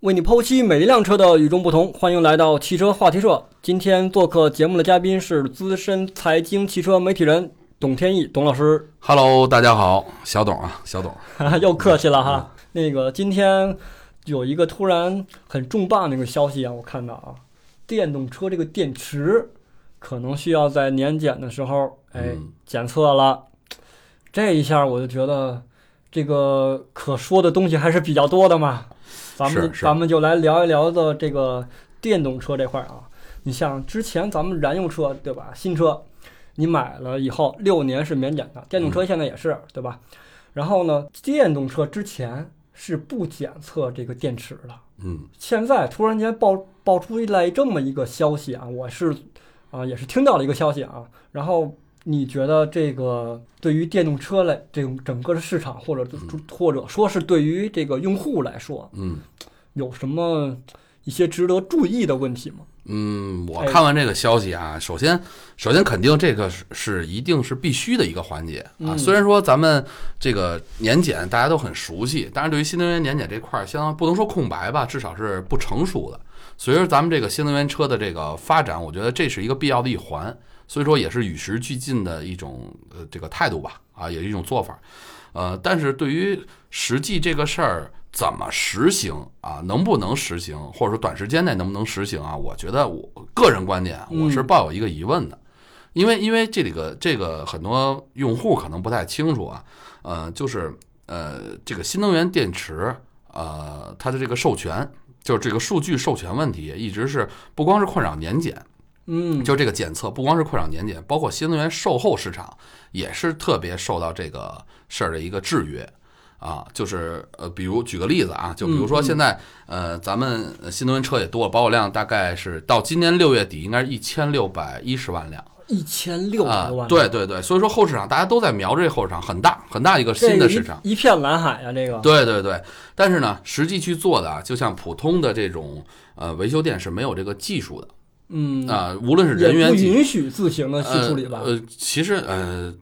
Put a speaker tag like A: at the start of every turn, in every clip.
A: 为你剖析每一辆车的与众不同。欢迎来到汽车话题社。今天做客节目的嘉宾是资深财经汽车媒体人董天意，董老师。
B: Hello，大家好，小董啊，小董，
A: 哈哈，又客气了哈。那个今天有一个突然很重磅的一个消息啊，我看到啊，电动车这个电池可能需要在年检的时候，哎，
B: 嗯
A: 检测了。这一下我就觉得这个可说的东西还是比较多的嘛。咱们
B: 是是
A: 咱们就来聊一聊的这个电动车这块儿啊。你像之前咱们燃油车对吧，新车你买了以后六年是免检的，电
B: 嗯
A: 动车现在也是对吧？然后呢，电动车之前是不检测这个电池的，
B: 嗯
A: 现在突然间爆爆出来这么一个消息啊，我是啊、也是听到了一个消息啊，然后你觉得这个对于电动车来这种整个的市场，或者就或者说是对于这个用户来说，
B: 嗯
A: 有什么一些值得注意的问题吗？
B: 嗯，我
A: 哎
B: 看完这个消息啊，首先首先肯定这个是是一定是必须的一个环节啊。
A: 嗯
B: 虽然说咱们这个年检大家都很熟悉，但是对于新能源年检这块儿，相当不能说空白吧，至少是不成熟的。随着咱们这个新能源车的这个发展，我觉得这是一个必要的一环，所以说也是与时俱进的一种呃这个态度吧，啊，也是一种做法。呃，但是对于实际这个事儿怎么实行啊，能不能实行，或者说短时间内能不能实行啊，我觉得我个人观点啊
A: 嗯
B: 我是抱有一个疑问的，因为因为这里个这个很多用户可能不太清楚啊，呃，就是呃这个新能源电池呃它的这个授权。就是这个数据授权问题，一直是不光是困扰年检，
A: 嗯，
B: 就这个检测不光是困扰年检，包括新能源售后市场也是特别受到这个事儿的一个制约。啊，就是呃，比如举个例子啊，就比如
A: 嗯
B: 说现在、呃，咱们呃新能源车也多了，保有量大概是到今年六月底应该是一千六百一十万辆
A: 一千六
B: 啊
A: 百、万、
B: 对，对对，所以说后市场大家都在瞄着这后市场，很大很大一个新的市场。
A: 一片蓝海啊，这个
B: 对对对，但是呢，实际去做的啊，就像普通的这种呃维修店是没有这个技术的
A: 嗯，
B: 啊、无论是
A: 也
B: 人员
A: 不
B: 技术
A: 允许自行的去
B: 呃
A: 处理吧？
B: 呃，其实呃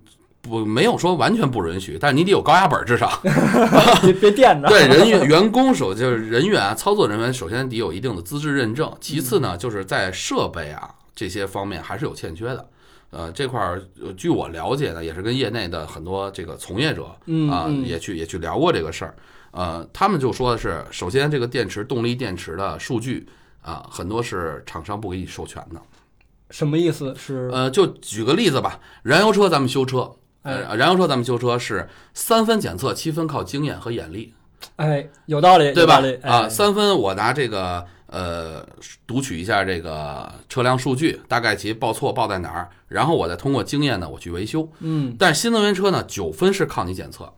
B: 不没有说完全不允许，但是你得有高压本儿至少。
A: 别别垫着，
B: 呃对人员员工首就是人员啊，操作人员首先得有一定的资质认证，其次
A: 嗯
B: 呢就是在设备啊这些方面还是有欠缺的。呃，这块儿呃据我了解呢，也是跟业内的很多这个从业者
A: 嗯
B: 啊、
A: 嗯
B: 也去也去聊过这个事儿。呃，他们就说的是，首先这个电池动力电池的数据啊、很多是厂商不给你授权的。
A: 什么意思是？
B: 呃，就举个例子吧，燃油车咱们修车，
A: 哎
B: 呃，燃油车咱们修车是三分检测，七分靠经验和眼力，
A: 哎，有道理，
B: 对
A: 有道
B: 吧
A: 理？
B: 啊，
A: 哎
B: 三分我拿这个呃读取一下这个车辆数据，大概其报错报在哪儿，然后我再通过经验呢我去维修。
A: 嗯，
B: 但是新能源车呢，九分是靠你检测，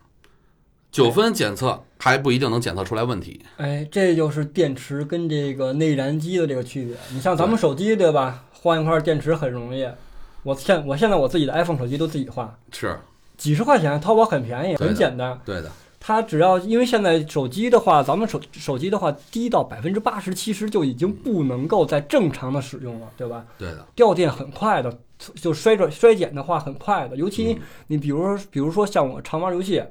B: 九分检测还不一定能检测出来问题。
A: 哎，这就是电池跟这个内燃机的这个区别。你像咱们手机对吧，换一块电池很容易。我现我现在我自己的 iPhone 手机都自己换，
B: 是
A: 几十块钱，淘宝很便宜，
B: 对的
A: 很简单。
B: 对的，
A: 它只要因为现在手机的话，咱们手手机的话低到百分之八十、七十就已经不能够再正常的使用了，对吧？
B: 对的，
A: 掉电很快的，就衰转衰减的话很快的。尤其
B: 嗯
A: 你比如说，比如说像我常玩游戏，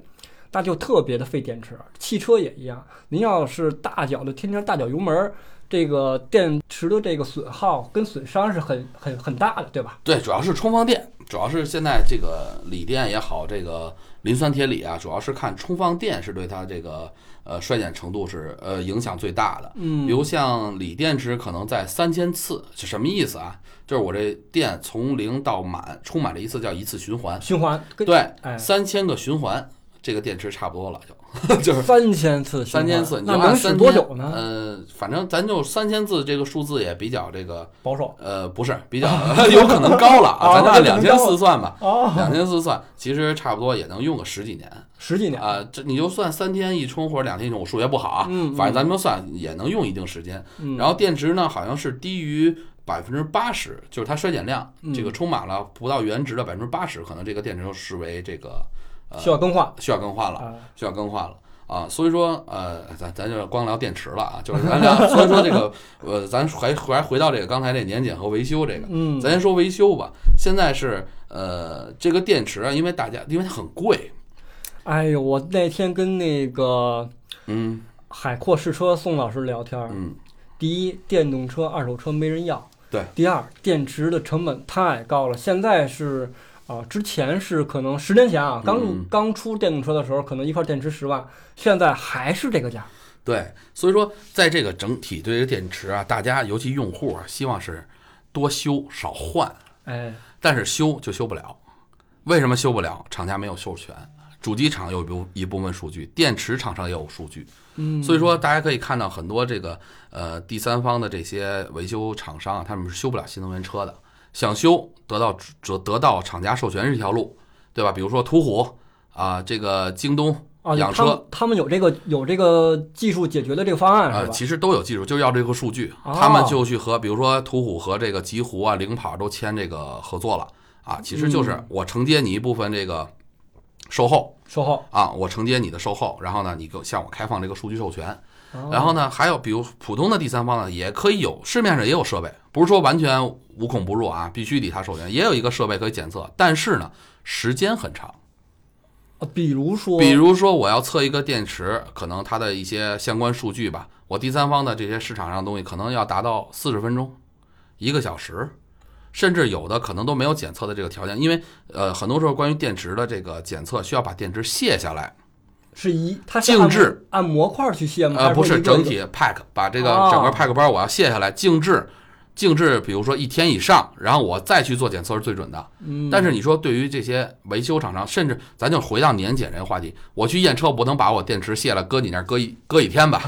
A: 那就特别的费电池。汽车也一样，您要是大脚的天天大脚油门儿，这个电池的这个损耗跟损伤是很很很大的，对吧？
B: 对，主要是充放电，主要是现在这个锂电也好，这个磷酸铁锂啊，主要是看充放电是对它这个呃衰减程度是呃影响最大的。
A: 嗯
B: 比如像锂电池可能在三千次是什么意思啊？就是我这电从零到满充满了一次叫一次循环，
A: 循环跟
B: 对，
A: 哎
B: 三千个循环，这个电池差不多了就就是。
A: 三千次循
B: 三
A: 环，
B: 千次，你就
A: 那
B: 按
A: 能使
B: 三
A: 多
B: 千
A: 久呢？
B: 呃，反正咱就三千字这个数字也比较这个，
A: 保守
B: 呃，不是 比较有可能高了啊，咱就按
A: 啊
B: 两千四算吧。
A: 哦，
B: 两千四算，其实差不多也能用个十几年
A: 十几年
B: 啊、这你就算三天一充或者两天一充，我数学不好啊，
A: 嗯嗯
B: 反正咱们就算也能用一定时间。
A: 嗯
B: 然后电池呢，好像是低于百分之八十，就是它衰减量，
A: 嗯
B: 这个充满了不到原值的百分之八十，可能这个电池就视为这个呃
A: 需要更换
B: 需要更换了，
A: 啊。
B: 需要更换了。啊，所以说，呃，咱咱就光聊电池了啊，就是咱聊，所以说这个，呃，咱还还回到这个刚才这年检和维修这个，
A: 嗯，
B: 咱先说维修吧。现在是呃，这个电池啊，因为大家因为它很贵，
A: 哎呦，我那天跟那个
B: 嗯
A: 海阔试车宋老师聊天儿，
B: 嗯，
A: 第一，电动车二手车没人要；
B: 对，
A: 第二，电池的成本太高了。现在是啊、之前是可能十年前啊，刚入、
B: 嗯
A: 刚出电动车的时候，可能一块电池十万，现在还是这个价。
B: 对，所以说在这个整体对这个电池啊，大家尤其用户啊，希望是多修少换，
A: 哎，
B: 但是修就修不了，为什么修不了？厂家没有授权，主机厂有一部一部分数据，电池厂商也有数据，
A: 嗯，
B: 所以说大家可以看到很多这个呃第三方的这些维修厂商啊，他们是修不了新能源车的，想修得到得得到厂家授权是一条路，对吧？比如说途虎啊、这个京东
A: 啊，
B: 养
A: 他们
B: 车
A: 他们有这个有这个技术解决的这个方案是
B: 呃，
A: 吧？
B: 其实都有技术，就是要这个数据，
A: 哦
B: 他们就去和比如说途虎和这个极狐啊、领跑都签这个合作了啊，其实就是
A: 嗯
B: 我承接你一部分这个售后
A: 售后，
B: 啊，我承接你的售后，然后呢，你给我向我开放这个数据授权，
A: 啊
B: 然后呢，还有比如普通的第三方呢，也可以有市面上也有设备，不是说完全无孔不入啊，必须得它授权，也有一个设备可以检测，但是呢，时间很长。
A: 啊比如说，
B: 比如说我要测一个电池，可能它的一些相关数据吧，我第三方的这些市场上的东西可能要达到四十分钟、一个小时，甚至有的可能都没有检测的这个条件，因为呃，很多时候关于电池的这个检测需要把电池卸下来，
A: 是一，它是
B: 静
A: 按
B: 置
A: 按模块去卸吗？嗯还
B: 呃，不
A: 说
B: 是
A: 一个
B: 整
A: 一个
B: 体 pack，把这个
A: 哦
B: 整个 pack 包我要卸下来静置，静置，比如说一天以上，然后我再去做检测是最准的。
A: 嗯，
B: 但是你说对于这些维修厂商，甚至咱就回到年检这个话题，我去验车，我不能把我电池卸了搁你那儿搁一搁一天吧，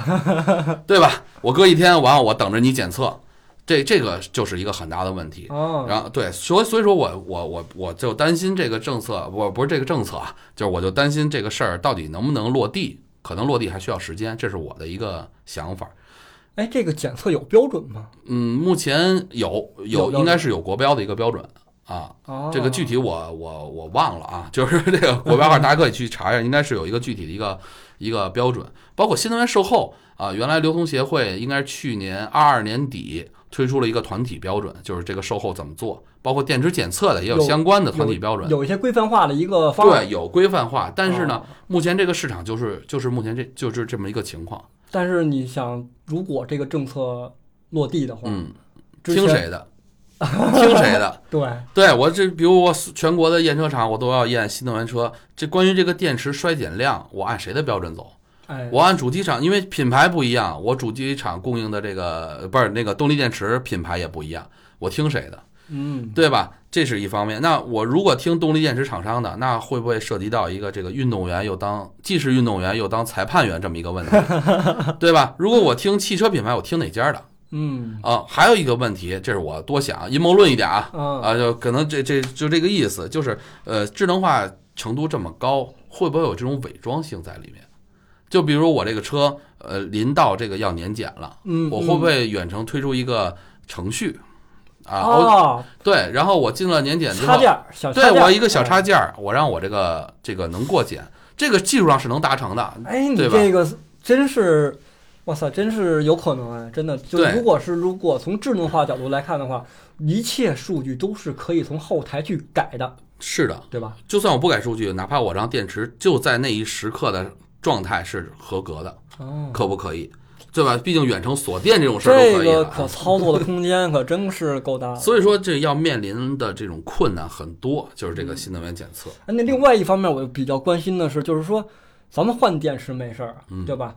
B: 对吧？我搁一天，完了我等着你检测，这这个就是一个很大的问题。
A: 啊，
B: 然后对，所以所以说我我我我就担心这个政策，我不是这个政策啊，就是我就担心这个事儿到底能不能落地，可能落地还需要时间，这是我的一个想法。
A: 哎，这个检测有标准吗？
B: 嗯，目前有
A: 有
B: 有
A: 标
B: 应该是有国标的一个标准啊，
A: 啊，
B: 这个具体我我我忘了啊，就是这个国标号，大家可以去查一下，应该是有一个具体的一个一个标准，包括新能源售后啊，原来流通协会应该是去年二二年底推出了一个团体标准，就是这个售后怎么做，包括电池检测的也有
A: 有
B: 相关的团体标准，
A: 有一些规范化的一个方案，
B: 对，有规范化，但是呢
A: 啊，
B: 目前这个市场就是就是目前这就是这么一个情况，
A: 但是你想，如果这个政策落地的话，
B: 嗯，
A: 之前
B: 听谁的，听谁的。
A: 对，
B: 对我这，比如我全国的验车厂，我都要验新能源车。这关于这个电池衰减量，我按谁的标准走？
A: 哎，
B: 我按主机厂，因为品牌不一样，我主机厂供应的这个不是那个动力电池品牌也不一样，我听谁的，
A: 嗯，
B: 对吧？这是一方面。那我如果听动力电池厂商的，那会不会涉及到一个这个运动员又当既是运动员又当裁判员这么一个问题， 对吧？如果我听汽车品牌，我听哪家的
A: 嗯，
B: 啊？还有一个问题，这是我多想阴谋论一点啊，
A: 啊，
B: 啊，就可能这这就这个意思，就是呃，智能化程度这么高，会不会有这种伪装性在里面？就比如我这个车，呃，临到这个要年检了，
A: 嗯，
B: 我会不会远程推出一个程序啊？我
A: 哦，
B: 对，然后我进了年检之
A: 插
B: 后，
A: 件儿小插
B: 对
A: 件儿，
B: 我一个小插
A: 哎，
B: 件儿，我让我这个这个能过检，这个技术上是能达成的。
A: 哎，你
B: 对吧
A: 这个真是。哇塞，真是有可能哎！真的，就
B: 对
A: 如果是如果从智能化角度来看的话，一切数据都是可以从后台去改的，
B: 是的，
A: 对吧？
B: 就算我不改数据，哪怕我让电池就在那一时刻的状态是合格的，
A: 哦，
B: 可不可以？对吧？毕竟远程锁电这种事儿都
A: 这
B: 可以了
A: 个
B: 啊
A: 可操作的空间可真是够大的。
B: 所以说，这要面临的这种困难很多，就是这个新能源检测。
A: 哎那另外一方面，我比较关心的是，就是说，咱们换电池没事儿，
B: 嗯
A: 对吧？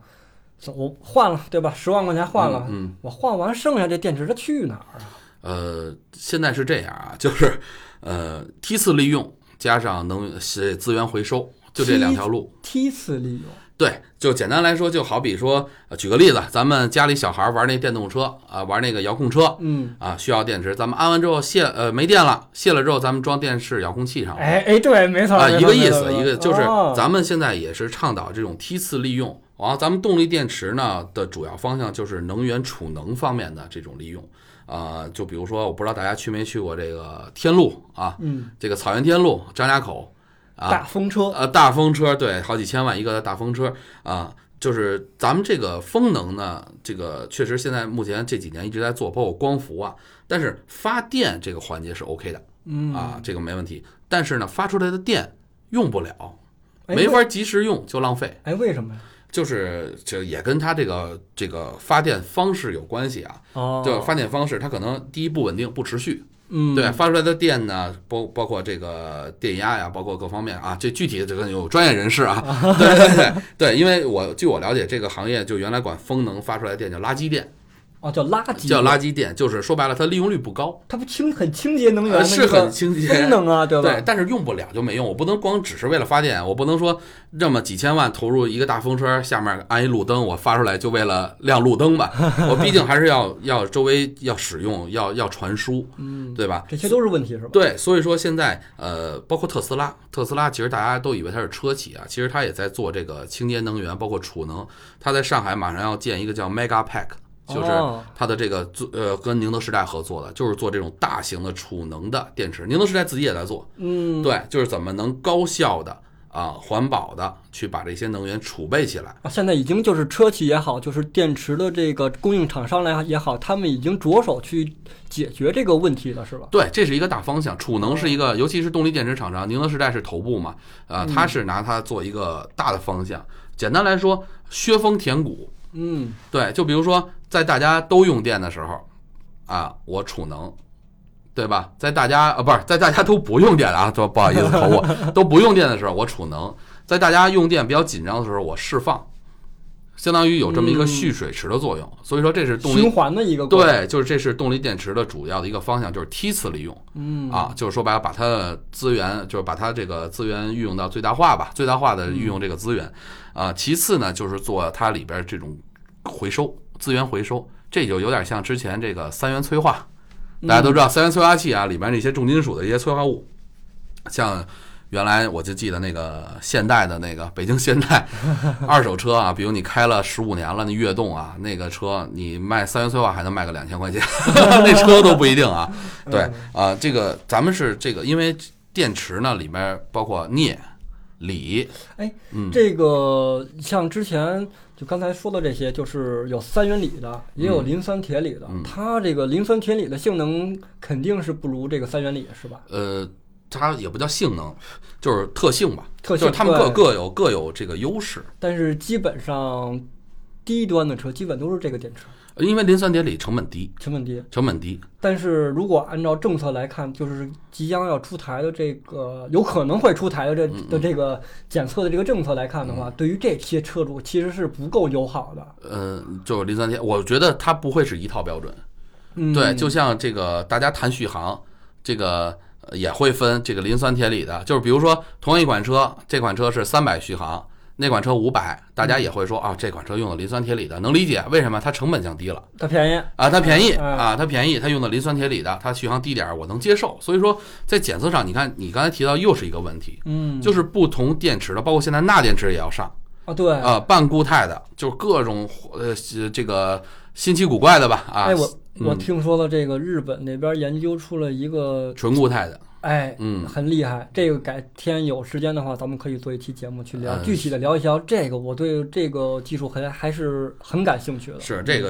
A: 我换了，对吧？十万块钱换了，
B: 嗯，
A: 我换完剩下这电池它去哪儿啊？
B: 嗯呃，现在是这样啊，就是呃梯次利用加上能是资源回收，就这两条路。
A: 梯次利用，
B: 对，就简单来说，就好比说，呃举个例子，咱们家里小孩玩那电动车啊，玩那个遥控车
A: 嗯，
B: 啊，需要电池，咱们安完之后卸呃没电了，卸了之后咱们装电视遥控器上。
A: 哎哎，对，没错，
B: 啊，
A: 没
B: 一
A: 错
B: 个意
A: 没错
B: 思，
A: 没错
B: 一个就是
A: 哦
B: 咱们现在也是倡导这种梯次利用。然后咱们动力电池呢的主要方向就是能源储能方面的这种利用。啊，就比如说，我不知道大家去没去过这个天路啊，
A: 嗯，哦
B: 这个草原天路张家口啊，
A: 大风车，
B: 呃，大风车对，好几千万一个大风车啊，就是咱们这个风能呢，这个确实现在目前这几年一直在做，包括光伏啊，但是发电这个环节是 OK 的，
A: 嗯
B: 啊，，这个没问题。但是呢，发出来的电用不了，
A: 哎
B: 没。法及时用，就浪费。
A: 哎，为什么呀？
B: 就是这也跟它这个这个发电方式有关系啊，
A: 哦，
B: 就发电方式它可能第一不稳定不持续，
A: 嗯，
B: 对，发出来的电呢，包包括这个电压呀，包括各方面啊，这具体的这个有专业人 士啊，对对对对，因为我据我了解，这个行业就原来管风能发出来的电叫垃圾电，
A: 哦，叫垃圾，
B: 叫垃圾电，就是说白了它利用率不高，
A: 它不清很清洁能源
B: 呃
A: 的
B: 是
A: 一个
B: 很清洁，
A: 功能啊，对吧？
B: 对，但是用不了就没用，我不能光只是为了发电，我不能说这么几千万投入一个大风车，下面安一路灯，我发出来就为了亮路灯吧，我毕竟还是要要周围要使用，要要传输，
A: 嗯，
B: 对吧？
A: 这些都是问题是吧？
B: 对，所以说现在呃，包括特斯拉，特斯拉其实大家都以为它是车企啊，其实它也在做这个清洁能源，包括储能。它在上海马上要建一个叫 Mega Pack，就是
A: 哦
B: 它的这个做呃跟宁德时代合作的，就是做这种大型的储能的电池。宁德时代自己也在做，
A: 嗯，
B: 对，就是怎么能高效的啊、环保的去把这些能源储备起来。
A: 啊，现在已经就是车企也好，就是电池的这个供应厂商来也好，他们已经着手去解决这个问题了，是吧？
B: 对，这是一个大方向。储能是一个，尤其是动力电池厂商，宁德时代是头部嘛，呃，它是拿它做一个大的方向。简单来说，削峰填谷。
A: 嗯，
B: 对，就比如说在大家都用电的时候，啊，我储能，对吧？在大家啊，不是在大家都不用电啊，不不好意思口误，都不用电的时候，我储能；在大家用电比较紧张的时候，我释放，相当于有这么一个
A: 嗯
B: 蓄水池的作用。所以说，这是动
A: 循
B: 力。
A: 环的一个过程，
B: 对，就是这是动力电池的主要的一个方向，就是梯次利用。
A: 嗯
B: 啊，就是说白了，把它的资源，就是把它这个资源运用到最大化吧，最大化的运用这个资源。啊，其次呢，就是做它里边这种回收资源回收，这就有点像之前这个三元催化，大家都知道三元催化器啊，里面那些重金属的一些催化物，像。原来我就记得那个现代的那个北京现代二手车啊，比如你开了十五年了，那悦动啊，那个车你卖三元催化还能卖个两千块钱， 那车都不一定啊。
A: 嗯
B: 对啊、这个咱们是这个，因为电池呢里面包括镍、锂，
A: 哎
B: 嗯
A: 这个像之前就刚才说的这些，就是有三元锂的，也有磷酸铁锂的。
B: 嗯
A: 它这个磷酸铁锂的性能肯定是不如这个三元锂，是吧？
B: 呃，它也不叫性能，就是特性吧，
A: 特性
B: 就是它们各
A: 对
B: 各有各有这个优势。
A: 但是基本上低端的车基本都是这个电池，
B: 呃因为磷酸铁锂成本低，
A: 成本低。
B: 成本低，
A: 但是如果按照政策来看，就是即将要出台的这个有可能会出台的这
B: 嗯
A: 的这个检测的这个政策来看的话，对于这些车主其实是不够友好的。
B: 呃，就是磷酸铁，我觉得它不会是一套标准。
A: 嗯，
B: 对，就像这个大家谈续航，这个呃也会分这个磷酸铁锂的，就是比如说同一款车，这款车是三百续航，那款车五百，
A: 嗯
B: 大家也会说啊，这款车用的磷酸铁锂的，能理解为什么它成本降低了。
A: 它便宜。
B: 啊，它便宜
A: 嗯
B: 啊，它便宜，它用的磷酸铁锂的，它续航低点儿，我能接受。所以说，在检测上，你看你刚才提到又是一个问题，
A: 嗯，
B: 就是不同电池的，包括现在钠电池也要上
A: 啊，对，
B: 啊，半固态的，就是各种呃这个新奇古怪的吧啊
A: 哎，，我我
B: 嗯
A: 听说了，这个日本那边研究出了一个，
B: 纯固态的，
A: 哎，
B: 嗯，
A: 很厉害。这个改天有时间的话，咱们可以做一期节目去聊，
B: 嗯
A: 具体的聊一聊这个。我对这个技术很还是很感兴趣的。
B: 是这个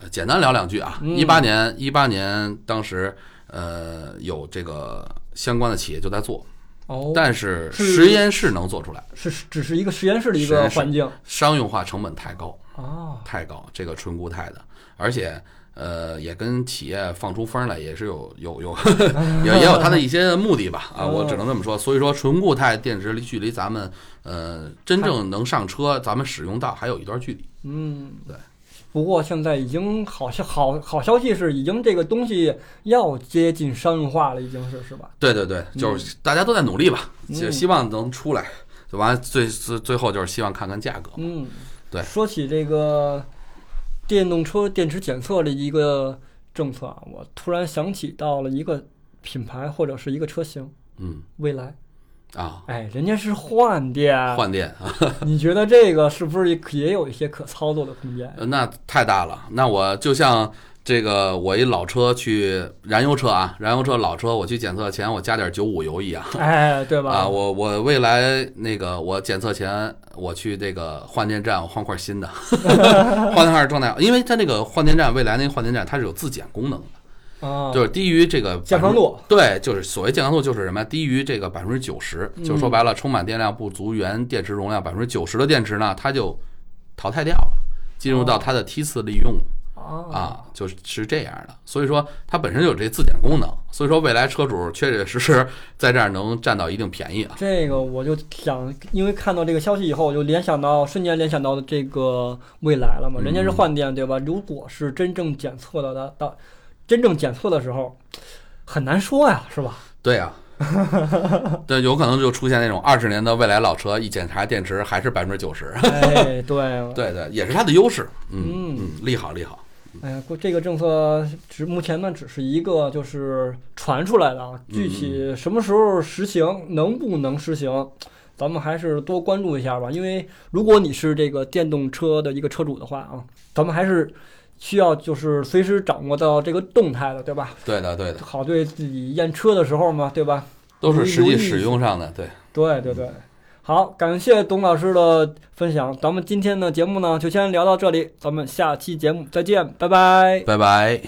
B: 呃简单聊两句啊。
A: 嗯
B: 一八年，一八年当时呃有这个相关的企业就在做，
A: 哦，
B: 但是
A: 是
B: 实验室能做出来，
A: 是只是一个实验室的一
B: 实
A: 个
B: 验室
A: 环境
B: 商用化成本太高。
A: 哦，
B: 太高，这个纯固态的，而且呃也跟企业放出风来也是有 有有也也有它的一些目的吧啊，我只能这么说。所以说纯固态电池离距离咱们呃真正能上车，咱们使用到还有一段距离。
A: 嗯，
B: 对。
A: 不过现在已经好消好好消息是，已经这个东西要接近商用化了，已经是是吧？
B: 对对对，就是大家都在努力吧，
A: 嗯
B: 就希望能出来。对吧？最最最后就是希望看看价格。
A: 嗯，
B: 对
A: 说起这个电动车电池检测的一个政策啊，我突然想起到了一个品牌或者是一个车型，
B: 嗯
A: 蔚来。
B: 啊，
A: 哎，人家是换电，
B: 换电啊，
A: 你觉得这个是不是也有一些可操作的空 间？
B: 呃那太大了。那我就像这个，我一老车去燃油车啊，燃油车老车，我去检测前我加点九五油一样
A: 哎，对吧？
B: 啊。我我未来那个我检测前我去这个换电站，我换块新的， 换块状态，因为它那个换电站，未来那个换电站它是有自检功能的，
A: 啊，
B: 就是低于这个
A: 健康
B: 度。
A: 度，
B: 对，就是所谓健康度就是什么呀？低于这个百分之九十，就是说白了，充满电量不足原电池容量百分之九十的电池呢，它就淘汰掉了，进入到它的梯次利用
A: 啊，
B: 啊，就是是这样的。所以说它本身就有这自检功能，所以说未来车主确确实实 在这儿能占到一定便宜啊。
A: 这个我就想，因为看到这个消息以后，我就联想到瞬间联想到的这个未来了嘛，人家是
B: 嗯
A: 换电对吧？如果是真正检测到的到真正检测的时候，很难说呀，是吧？
B: 对啊，对，有可能就出现那种二十年的未来老车，一检查电池还是百分之九十。
A: 哎，对，
B: 对对，也是它的优势。嗯
A: 嗯
B: 嗯，利好利好。
A: 哎呀，过这个政策只目前呢只是一个就是传出来的啊，具体什么时候实行，能不能实行，咱们还是多关注一下吧。因为如果你是这个电动车的一个车主的话啊，咱们还是需要就是随时掌握到这个动态的，对吧？
B: 对的对的，
A: 好对自己验车的时候嘛，对吧？
B: 都是实际使用上的。对，
A: 对对对。好，感谢董老师的分享，咱们今天的节目呢就先聊到这里，咱们下期节目再见，拜拜。
B: 拜拜。